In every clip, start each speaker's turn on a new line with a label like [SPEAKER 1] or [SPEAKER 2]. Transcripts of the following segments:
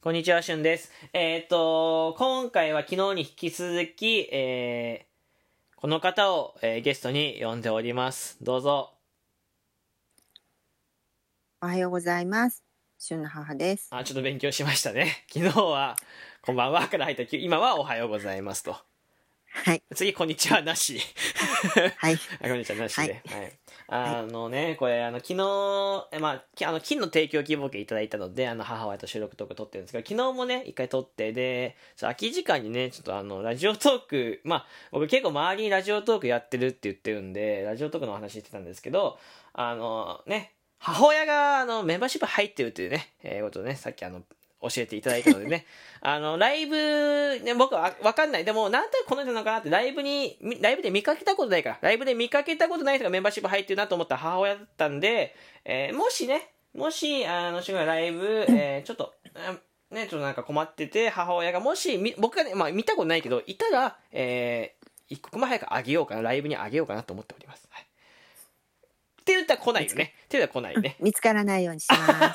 [SPEAKER 1] こんにちは、しゅんです。えーっと、今回は昨日に引き続き、えー、この方を、えーゲストに呼んでおります。どうぞ。
[SPEAKER 2] おはようございます。旬の母です。
[SPEAKER 1] あ、ちょっと勉強しましたね。 昨日は、こんばんはから入ったき、今はおはようございますと。
[SPEAKER 2] はい、
[SPEAKER 1] 次、こんにちはなし。
[SPEAKER 2] はい、
[SPEAKER 1] あ、こんにちはなしで。はい。あのね、これ、あの、昨日、えまあ、きあの、金の提供希望券いただいたので、あの、母親と収録トーク撮ってるんですけど、昨日もね、一回撮って、で、ちょ空き時間にね、ちょっとあの、ラジオトーク、まあ、僕結構周りにラジオトークやってるって言ってるんで、ラジオトークのお話してたんですけど、あの、ね、母親が、あの、メンバーシップ入ってるっていうね、えーことをね、さっきあの、教えていただいたのでね、あの、ライブ、ね、僕はわかんない。でも、なんとなくこの人なのかなって、ライブに、みライブで見かけたことないから、ライブで見かけたことない人がメンバーシップ入ってるなと思った母親だったんで、えーもしね、もし、あの、しがライブ、えーちょっと、うんね、ちょっとなんか困ってて、母親がもし、み僕がね、まあ見たことないけど、いたら、えー一刻も早くあげようかな、ライブにあげようかなと思っております。はい。って言ったら来ないよね。って言ったら来ないね。
[SPEAKER 2] 見つからないようにします。
[SPEAKER 1] まあ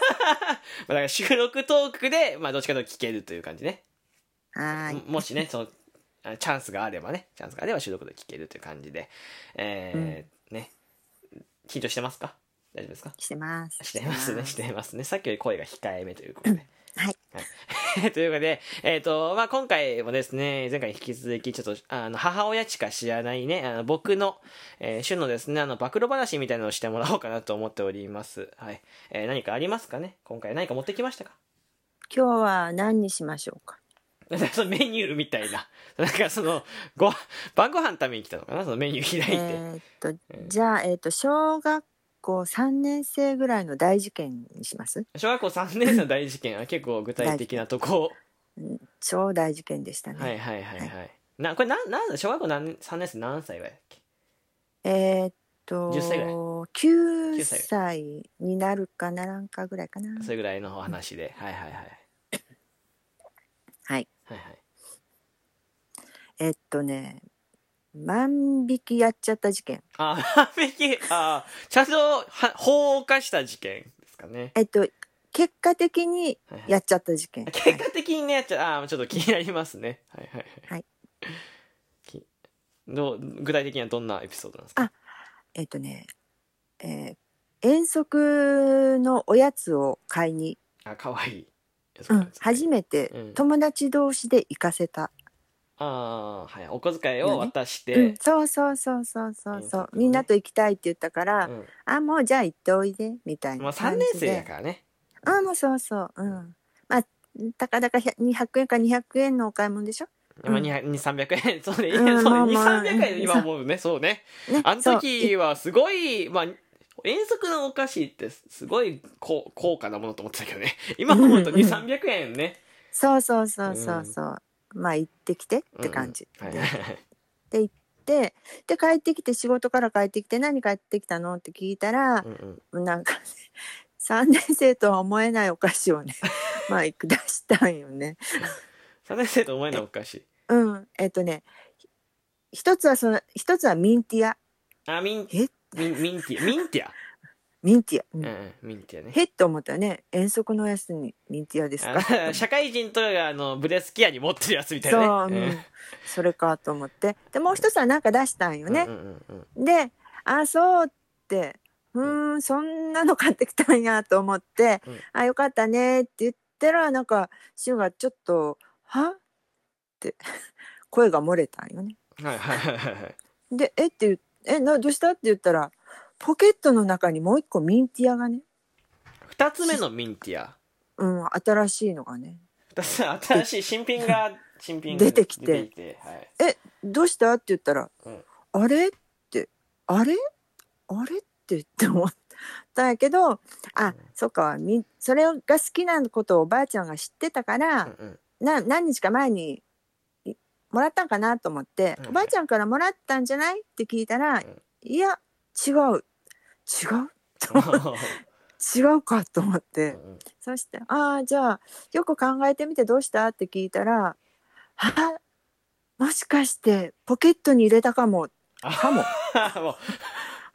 [SPEAKER 1] だから収録トークで、まあどっちかというと聞けるという感じね。
[SPEAKER 2] はーい、
[SPEAKER 1] ももしねそのあチャンスがあればねチャンスがあれば収録で聞けるという感じでえーね緊張してますか大丈夫ですか
[SPEAKER 2] してます。
[SPEAKER 1] してますねしてますねさっきより声が控えめということで
[SPEAKER 2] はい、
[SPEAKER 1] ということ で、えっ、と、まあ、今回もですね、前回に引き続き、ちょっと、あの、母親しか知らないね、あの僕の、えー、旬のですね、あの、暴露話みたいなのをしてもらおうかなと思っております。はい。えー何かありますかね今回何か持ってきましたか
[SPEAKER 2] 今日は何にしましょうか。
[SPEAKER 1] そのメニューみたいな。 なんかその、ご、晩ご飯食べに来たのかなそのメニュー開いて。
[SPEAKER 2] えーっと、じゃあ、えーっと、小学校三年生ぐらいの大事件にします。
[SPEAKER 1] 小学校3年生の大事件は 結構具体的なとこ。
[SPEAKER 2] 超大事件でしたね。
[SPEAKER 1] はいはいはいはい。な、これなん、なんだ小学校何年、3年生何歳ぐらいだっけ
[SPEAKER 2] えーっ
[SPEAKER 1] 10歳ぐらい
[SPEAKER 2] と、九
[SPEAKER 1] 9
[SPEAKER 2] 歳になるかならんかぐらいかな。
[SPEAKER 1] それぐらいのお話で。はいはいはい。
[SPEAKER 2] はい、
[SPEAKER 1] はいはい。
[SPEAKER 2] えーっとね、万引きやっちゃった事件。
[SPEAKER 1] あ、万引き、あ、ちゃんとは法を犯した事件ですかね。
[SPEAKER 2] えーっと、結果的に
[SPEAKER 1] はいはい
[SPEAKER 2] やっちゃった事件。
[SPEAKER 1] 結果的にね、ちょあちょっと気になりますね。はいはいは
[SPEAKER 2] はいい。
[SPEAKER 1] きどう具体的にはどんなエピソードなんですか
[SPEAKER 2] あえっ、とね、えー遠足のおやつを買いに、
[SPEAKER 1] あ、かわいい。
[SPEAKER 2] うん、初
[SPEAKER 1] め
[SPEAKER 2] めて
[SPEAKER 1] うん
[SPEAKER 2] 友達同士で行かせた、
[SPEAKER 1] ああ、はい。お小遣いを渡し
[SPEAKER 2] う
[SPEAKER 1] て
[SPEAKER 2] ん、、そうそうそうそうそう
[SPEAKER 1] 遠
[SPEAKER 2] そ
[SPEAKER 1] 足
[SPEAKER 2] う
[SPEAKER 1] ね
[SPEAKER 2] みんなと行きたいって言ったから、
[SPEAKER 1] うん
[SPEAKER 2] あもうじゃあ行っておいでみたい
[SPEAKER 1] まあ
[SPEAKER 2] な
[SPEAKER 1] 3
[SPEAKER 2] 感
[SPEAKER 1] 年
[SPEAKER 2] じ
[SPEAKER 1] 生だ
[SPEAKER 2] で、
[SPEAKER 1] からね。
[SPEAKER 2] あもうそうそううんまあたかだか100 200円か200円のお買い物でしょ、
[SPEAKER 1] まあ、
[SPEAKER 2] うん
[SPEAKER 1] 200 200、300円。そうね。
[SPEAKER 2] う
[SPEAKER 1] そうんね。
[SPEAKER 2] まあ
[SPEAKER 1] 2、
[SPEAKER 2] まあ
[SPEAKER 1] 300円。今思うね。そうね。
[SPEAKER 2] ね
[SPEAKER 1] あの
[SPEAKER 2] そう
[SPEAKER 1] 時はすごい、まあ、遠足のお菓子ってすごい高高価なものと思ってたけどね。今思うと
[SPEAKER 2] うんうん
[SPEAKER 1] 2、300円ね。
[SPEAKER 2] そうそうそうそうそう、まあ行ってきてって感じ、
[SPEAKER 1] はい
[SPEAKER 2] で
[SPEAKER 1] はいはい。
[SPEAKER 2] でで帰ってきて仕事から帰ってきて何帰ってきたのって聞いたら、
[SPEAKER 1] うんうん
[SPEAKER 2] なん か3年生とは思えないお菓子をね まあ出したんよね。
[SPEAKER 1] 3年生と思えないお菓子。
[SPEAKER 2] うんえっ、とねひ一つはその一つはミンティア
[SPEAKER 1] あ、ミン、
[SPEAKER 2] え
[SPEAKER 1] ミンミンティア。ミンティア。
[SPEAKER 2] ミンティア、
[SPEAKER 1] う
[SPEAKER 2] う
[SPEAKER 1] ん
[SPEAKER 2] ん
[SPEAKER 1] うん、ミンティアね。
[SPEAKER 2] へっと思ったよね遠足のおやつにミンティアですか
[SPEAKER 1] あ社会人とかがあのブレスケアに持ってるやつみたい
[SPEAKER 2] そ
[SPEAKER 1] な
[SPEAKER 2] う、うん
[SPEAKER 1] ね。
[SPEAKER 2] それかと思ってでもう一つはなんか出したんよ
[SPEAKER 1] うん
[SPEAKER 2] ね
[SPEAKER 1] う、んうんうん
[SPEAKER 2] であそうってうーんそんなの買ってきたんやと思って、
[SPEAKER 1] うん
[SPEAKER 2] あよかったねって言ったらなんかシュウがちょっと「はって声が漏れたんよね。
[SPEAKER 1] はいはいはいはい。
[SPEAKER 2] で「えっ?」て言うえなどうした?」って言ったらポケットの中にもう一個ミンティアがね、
[SPEAKER 1] 2つ目のミンティア。
[SPEAKER 2] うん、新しいのがね
[SPEAKER 1] 二つ新しい新品が、新品
[SPEAKER 2] 出てき
[SPEAKER 1] 出
[SPEAKER 2] て
[SPEAKER 1] てはい。
[SPEAKER 2] 「どうした?」って言ったら「
[SPEAKER 1] うん
[SPEAKER 2] あれ?」って「あれあれ?」って って思ったんやけど
[SPEAKER 1] う
[SPEAKER 2] あ、
[SPEAKER 1] ん
[SPEAKER 2] そっかみそれが好きなことをおばあちゃんが知ってたから、
[SPEAKER 1] うんうん
[SPEAKER 2] な何日か前にいもらったんかなと思って、
[SPEAKER 1] うん
[SPEAKER 2] おばあちゃんからもらったんじゃないって聞いた
[SPEAKER 1] う
[SPEAKER 2] ら、
[SPEAKER 1] ん
[SPEAKER 2] いや違う違う違うかと思って、
[SPEAKER 1] うん
[SPEAKER 2] そして「ああじゃあよく考えてみてどうした?」って聞いたら「はもしかしてポケットに入れたかもかも
[SPEAKER 1] うん もう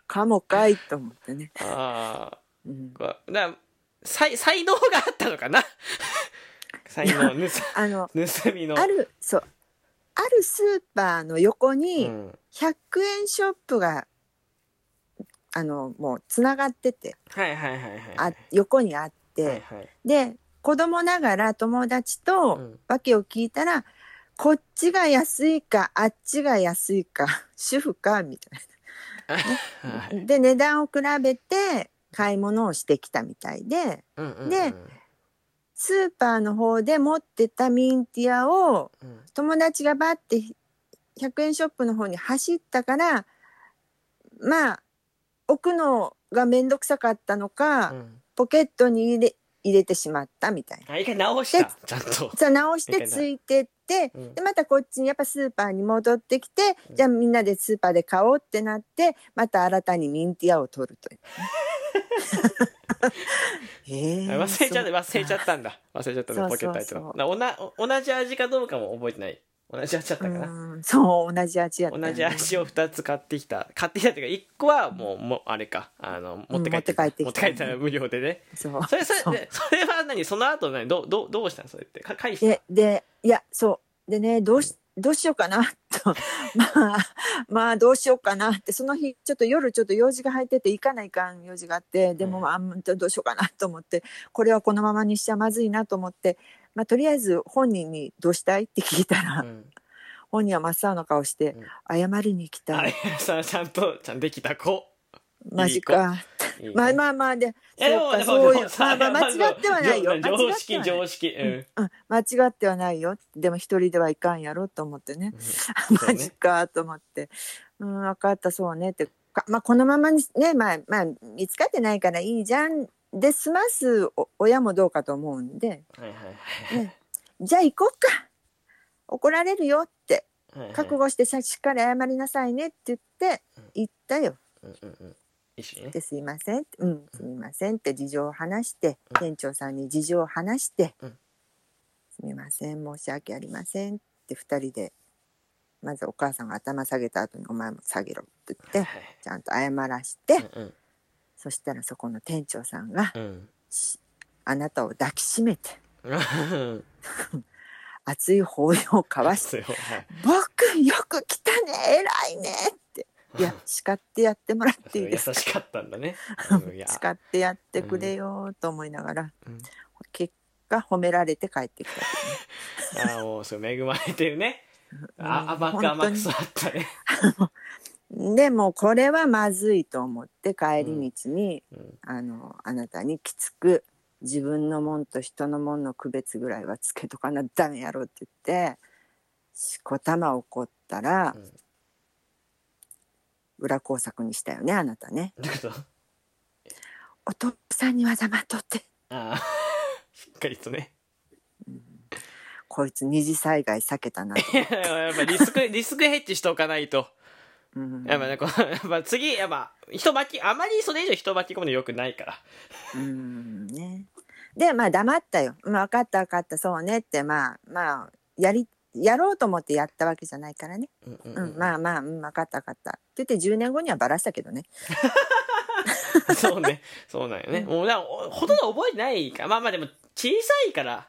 [SPEAKER 2] かもかい」と思ってね、
[SPEAKER 1] ああ
[SPEAKER 2] うん、
[SPEAKER 1] こうだから才才能があったのかな才才能盗
[SPEAKER 2] あの、
[SPEAKER 1] 盗みの
[SPEAKER 2] ある、そう。あるスーパーの横
[SPEAKER 1] う
[SPEAKER 2] に、
[SPEAKER 1] ん、
[SPEAKER 2] 100円ショップが、あの、もう、つながってて、
[SPEAKER 1] はいはいはいはい
[SPEAKER 2] あ、横にあっ
[SPEAKER 1] はい
[SPEAKER 2] て、
[SPEAKER 1] はい
[SPEAKER 2] で、子供ながら友達
[SPEAKER 1] う
[SPEAKER 2] と、
[SPEAKER 1] ん
[SPEAKER 2] 訳を聞いたら、こっちが安いか、あっちが安いか、 主婦か、みたい
[SPEAKER 1] はい
[SPEAKER 2] な。で、値段を比べて、買い物をしてきたみたいで、
[SPEAKER 1] うんうんうん
[SPEAKER 2] でスーパーの方で持ってたミンティアを
[SPEAKER 1] うん
[SPEAKER 2] 友達がバッて100円ショップの方に走ったからまあ置くのが面倒くさかったのか、
[SPEAKER 1] うん
[SPEAKER 2] ポケットに入れ入れてしまったみたいな。
[SPEAKER 1] あ一回直したちゃんと
[SPEAKER 2] さあ直し
[SPEAKER 1] いけな
[SPEAKER 2] て
[SPEAKER 1] い
[SPEAKER 2] ついてって
[SPEAKER 1] うん
[SPEAKER 2] でまたこっちにやっぱスーパーに戻ってきて、
[SPEAKER 1] うん
[SPEAKER 2] じゃあみんなでスーパーで買おうってなってまた新たにミンティアを取ると いう。
[SPEAKER 1] あ
[SPEAKER 2] えー
[SPEAKER 1] 忘れちゃった忘れちゃったんだ忘れちゃった
[SPEAKER 2] そ
[SPEAKER 1] ね
[SPEAKER 2] う
[SPEAKER 1] ポケット入って
[SPEAKER 2] そうそ
[SPEAKER 1] たな
[SPEAKER 2] う
[SPEAKER 1] おなお同じ味かどうかも覚えてない同じ味だったかな
[SPEAKER 2] うんそう同じ味やったよね、
[SPEAKER 1] 同じ味を2つ買ってきた買ってきたっていうか1個はもうもうあれかあの持って帰ってきた
[SPEAKER 2] うん持って帰ってきた
[SPEAKER 1] 持ら無料でね
[SPEAKER 2] そう
[SPEAKER 1] それそれ
[SPEAKER 2] そう
[SPEAKER 1] でそれは何その後何どうどうどうしたのそれってか返した
[SPEAKER 2] ででいやそうでねどうしどうしようかな とまあまあどうしようかなってその日ちょっと夜ちょっと用事が入ってて行かないかん用事があってでも
[SPEAKER 1] うん
[SPEAKER 2] まああんまどうしようかなと思ってこれはこのままにしちゃまずいなと思って、まあ、とりあえず本人に「どうしたい?」って聞いたら、
[SPEAKER 1] うん
[SPEAKER 2] 本人は真っ青な顔して「謝りに来た、
[SPEAKER 1] あれさちゃんとちゃんとできた子
[SPEAKER 2] マジか」
[SPEAKER 1] いいね
[SPEAKER 2] まあまあまあで
[SPEAKER 1] いやでも
[SPEAKER 2] そう
[SPEAKER 1] で
[SPEAKER 2] か
[SPEAKER 1] も
[SPEAKER 2] そう
[SPEAKER 1] でも
[SPEAKER 2] いうまあまあ
[SPEAKER 1] さ
[SPEAKER 2] 間違ってはないよ
[SPEAKER 1] 常常識
[SPEAKER 2] 間違ってはない
[SPEAKER 1] 常識うん、
[SPEAKER 2] うん間違ってはないよでも一人ではいかんやろと思ってね
[SPEAKER 1] そうね
[SPEAKER 2] マジかと思って、うん、分かった、そうねって、かまあ、このままにね、まあ、まあ、見つかってないからいいじゃんで済ますお親もどうかと思うんで、
[SPEAKER 1] はいはい
[SPEAKER 2] じゃあ行こっか、怒られるよって、
[SPEAKER 1] はいはい
[SPEAKER 2] 覚悟してさしっかり謝りなさいねって言って
[SPEAKER 1] うん、
[SPEAKER 2] 行ったよ
[SPEAKER 1] うんうんうん一緒にね
[SPEAKER 2] で、すいませんって、うん、すいませんって事情を話して
[SPEAKER 1] うん、
[SPEAKER 2] 店長さんに事情を話して、
[SPEAKER 1] うん
[SPEAKER 2] すみません、申し訳ありませんって二人で、まずお母さんが頭下げた後にお前も下げろって言って、
[SPEAKER 1] はい
[SPEAKER 2] ちゃんと謝らして、
[SPEAKER 1] うん
[SPEAKER 2] そしたらそこの店長さんが
[SPEAKER 1] うん
[SPEAKER 2] しあなたを抱きしめて
[SPEAKER 1] うん
[SPEAKER 2] 熱い抱擁を交わして
[SPEAKER 1] そうはい
[SPEAKER 2] 「僕よく来たね偉いね」っていや叱ってやってもらっていい
[SPEAKER 1] 優
[SPEAKER 2] ですか
[SPEAKER 1] しかったんだねうんいや
[SPEAKER 2] 叱ってやってくれよと思いながら、
[SPEAKER 1] うん
[SPEAKER 2] 結果褒められて帰ってきた
[SPEAKER 1] あーもうそう恵まれてるね
[SPEAKER 2] うん
[SPEAKER 1] あ甘く甘く育ったね
[SPEAKER 2] でもこれはまずいと思って帰り道に、
[SPEAKER 1] うん
[SPEAKER 2] あのあなたにきつく自分のもんと人のもんの区別ぐらいはつけとかなダメやろって言ってしこたま怒ったら、
[SPEAKER 1] うん
[SPEAKER 2] 裏工作にしたよねあなたね
[SPEAKER 1] だけどあ
[SPEAKER 2] お父さんには黙っとって
[SPEAKER 1] あーしっかりとね
[SPEAKER 2] こいつ二次災害避けたなと、
[SPEAKER 1] いややっぱリスク リスクヘッジしておかないと
[SPEAKER 2] うん
[SPEAKER 1] やっぱねこうやっぱ次やっぱ人巻きあまりそれ以上人巻き込むのよくないから
[SPEAKER 2] うんね。で、まあ黙ったよ。まあ分かった分かった、そうねって、まあまあ、やり、やろうと思ってやったわけじゃないからね。
[SPEAKER 1] うんう
[SPEAKER 2] うん、まあまあ、うん、分かった分かった。って言って10年後にはバラしたけどね。
[SPEAKER 1] そうね。そうなんよね。もうな、おほとんど覚えてないから。まあまあでも、小さいから。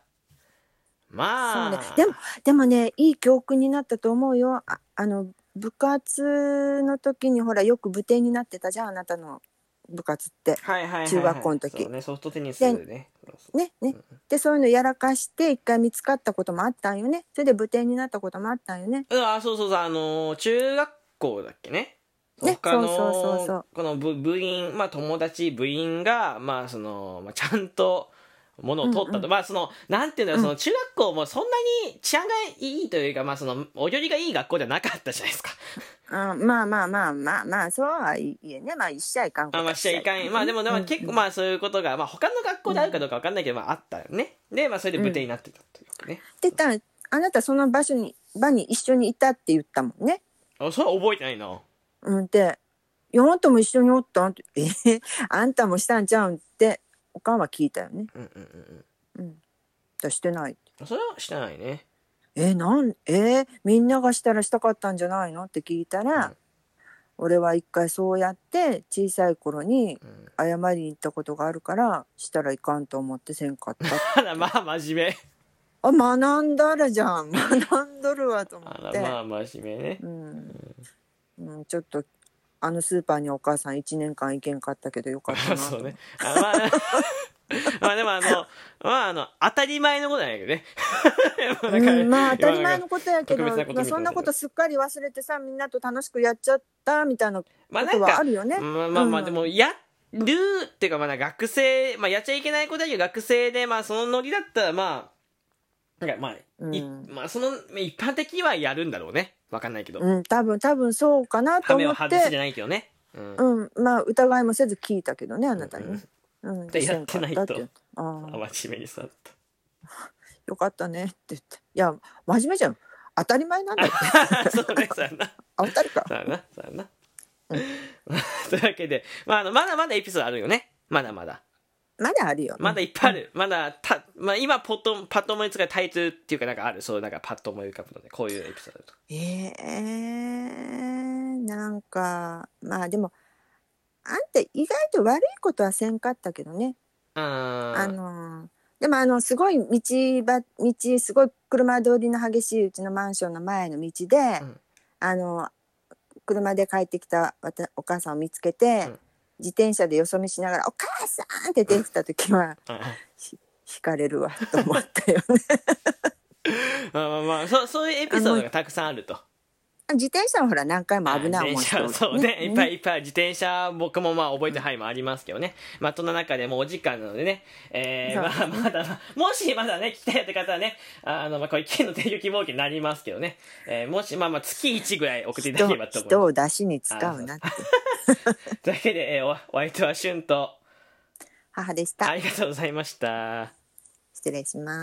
[SPEAKER 1] まあ。
[SPEAKER 2] そうね。でも、でもね、いい教訓になったと思うよ。ああの、部活の時にほら、よく部転になってたじゃん、あなたの部活って。
[SPEAKER 1] はいはいはいはい、
[SPEAKER 2] 中学校の時
[SPEAKER 1] そうね、ソフトテニスでね。そう
[SPEAKER 2] ね、ね
[SPEAKER 1] うん。
[SPEAKER 2] で、そういうのやらかして、一回見つかったこともあったんよね。それで部転になったこともあったんよね。
[SPEAKER 1] うん、あ、そうそうそう、あのー中学校だっけね。
[SPEAKER 2] ね
[SPEAKER 1] 他の
[SPEAKER 2] そうそうそうそう
[SPEAKER 1] この部部員、まあ友達、部員が、まあその、まあ、ちゃんと、ものを取ったと、
[SPEAKER 2] うんう
[SPEAKER 1] まあそのなんていうんだろう
[SPEAKER 2] うん
[SPEAKER 1] その中学校もそんなに治安がいいというかまあそのお行りがいい学校じゃなかったじゃないですか
[SPEAKER 2] あまあまあまあまあまあそうはいえねまあ一社いかんこと
[SPEAKER 1] あ
[SPEAKER 2] は
[SPEAKER 1] まあしちゃいかん。まあでも、でも結構
[SPEAKER 2] あ
[SPEAKER 1] まあそういうことが、まあ他の学校であるかどうかわかんないけど、まああったよね。で、まあそれで部定になってたというかね。
[SPEAKER 2] ってたあなたその場所に場に一緒にいたって言ったもんね
[SPEAKER 1] あ、それは覚えてないな。
[SPEAKER 2] うんで「いやあんたも一緒におったん?」って「えーあんたもしたんちゃうん?」っておかんは聞いたよね
[SPEAKER 1] うんうんうん
[SPEAKER 2] うんだしてない
[SPEAKER 1] うん。それはしてないね。
[SPEAKER 2] えーなんえーみんながしたらしたかったんじゃないのって聞いたら、
[SPEAKER 1] うん
[SPEAKER 2] 俺は一回そうやって小さい頃に
[SPEAKER 1] うん。
[SPEAKER 2] 謝りに行ったことがあるからしたらいかんと思ってせんかったって
[SPEAKER 1] ただまあ真面
[SPEAKER 2] あ学んだらじゃん 学んどるわと思
[SPEAKER 1] あ
[SPEAKER 2] っ
[SPEAKER 1] ら
[SPEAKER 2] て、
[SPEAKER 1] まあ真面目ね
[SPEAKER 2] うんうん、ちょっとあのスーパーにお母さん1年間行けんかったけどよかった なと
[SPEAKER 1] そうねあまあまあでもあのまああの当たり前のことなんやけどねだから
[SPEAKER 2] うん、まあ当たり前のことやけ
[SPEAKER 1] 特
[SPEAKER 2] ど
[SPEAKER 1] 別なことみたいな
[SPEAKER 2] まあ、そんなことすっかり忘れてさみんなと楽しくやっちゃったみたいなこ
[SPEAKER 1] まあなん
[SPEAKER 2] とはあ
[SPEAKER 1] か
[SPEAKER 2] るよね。
[SPEAKER 1] まあまあまあ、
[SPEAKER 2] うん
[SPEAKER 1] でもやるっていうかまあ学生、まあ、やっちゃいけないことだけど学生でまあそのノリだったらまあなんかまあ、い
[SPEAKER 2] うん
[SPEAKER 1] まあその一般的にはやるんだろうねわかんないけど、
[SPEAKER 2] うん、多分多分そうかなと
[SPEAKER 1] 羽目
[SPEAKER 2] 思
[SPEAKER 1] を
[SPEAKER 2] っ
[SPEAKER 1] 外すじ
[SPEAKER 2] て、
[SPEAKER 1] ゃないけどね、うん
[SPEAKER 2] うん、まあ疑いもせず聞いたけどねあなたにね。うん、
[SPEAKER 1] でやってないと
[SPEAKER 2] だって
[SPEAKER 1] あ
[SPEAKER 2] ああ
[SPEAKER 1] 真面目にさった
[SPEAKER 2] よかったねって言っていや真面目じゃん当たり前なん だよ
[SPEAKER 1] そうねそうやな
[SPEAKER 2] あ当たるか
[SPEAKER 1] そうやなそうやな
[SPEAKER 2] う
[SPEAKER 1] というわけで、まあ、あのまだまだエピソードあるよねまだまだ
[SPEAKER 2] まだあるよ
[SPEAKER 1] まだいっぱいある、まだた、まあ、今ポッとパッと思いつかないタイトルっていうかなんかあるそうなんかパッと思い浮かぶのでこういうエピソードとか
[SPEAKER 2] えー、なんかまあでもあんた意外と悪いことはせんかったけどね
[SPEAKER 1] あー
[SPEAKER 2] あのーでもあのすごい道ば道すごい車通りの激しいうちのマンションの前の道で、
[SPEAKER 1] ん
[SPEAKER 2] あの車で帰ってきたわたお母さんを見つけて、
[SPEAKER 1] うん
[SPEAKER 2] 自転車でよそ見しながら「お母さん!」って出てきた時は
[SPEAKER 1] あ
[SPEAKER 2] 惹かれるわと思ったよね。
[SPEAKER 1] まあまあまあそうそういうエピソードがたくさんあると
[SPEAKER 2] 自転車はほら何回も危ない思い
[SPEAKER 1] 自
[SPEAKER 2] してる
[SPEAKER 1] 転車そうねいっぱいいっぱい自転車僕もまあ覚えてる範囲もありますけどね、まあそんな中でもうお時間なのでね、えー、ま
[SPEAKER 2] そ
[SPEAKER 1] あまだまあもしまだね来たよって方はねあのまあこれ県の提供希望期になりますけどね、えー、もしまあまあ月1ぐらい送っていただ
[SPEAKER 2] 人
[SPEAKER 1] けれ
[SPEAKER 2] を
[SPEAKER 1] ばと思い
[SPEAKER 2] 人
[SPEAKER 1] ま
[SPEAKER 2] を出しに使うなって
[SPEAKER 1] すというわけで、えー、おお相手は俊と
[SPEAKER 2] 母でした、
[SPEAKER 1] ありがとうございました
[SPEAKER 2] 失礼します。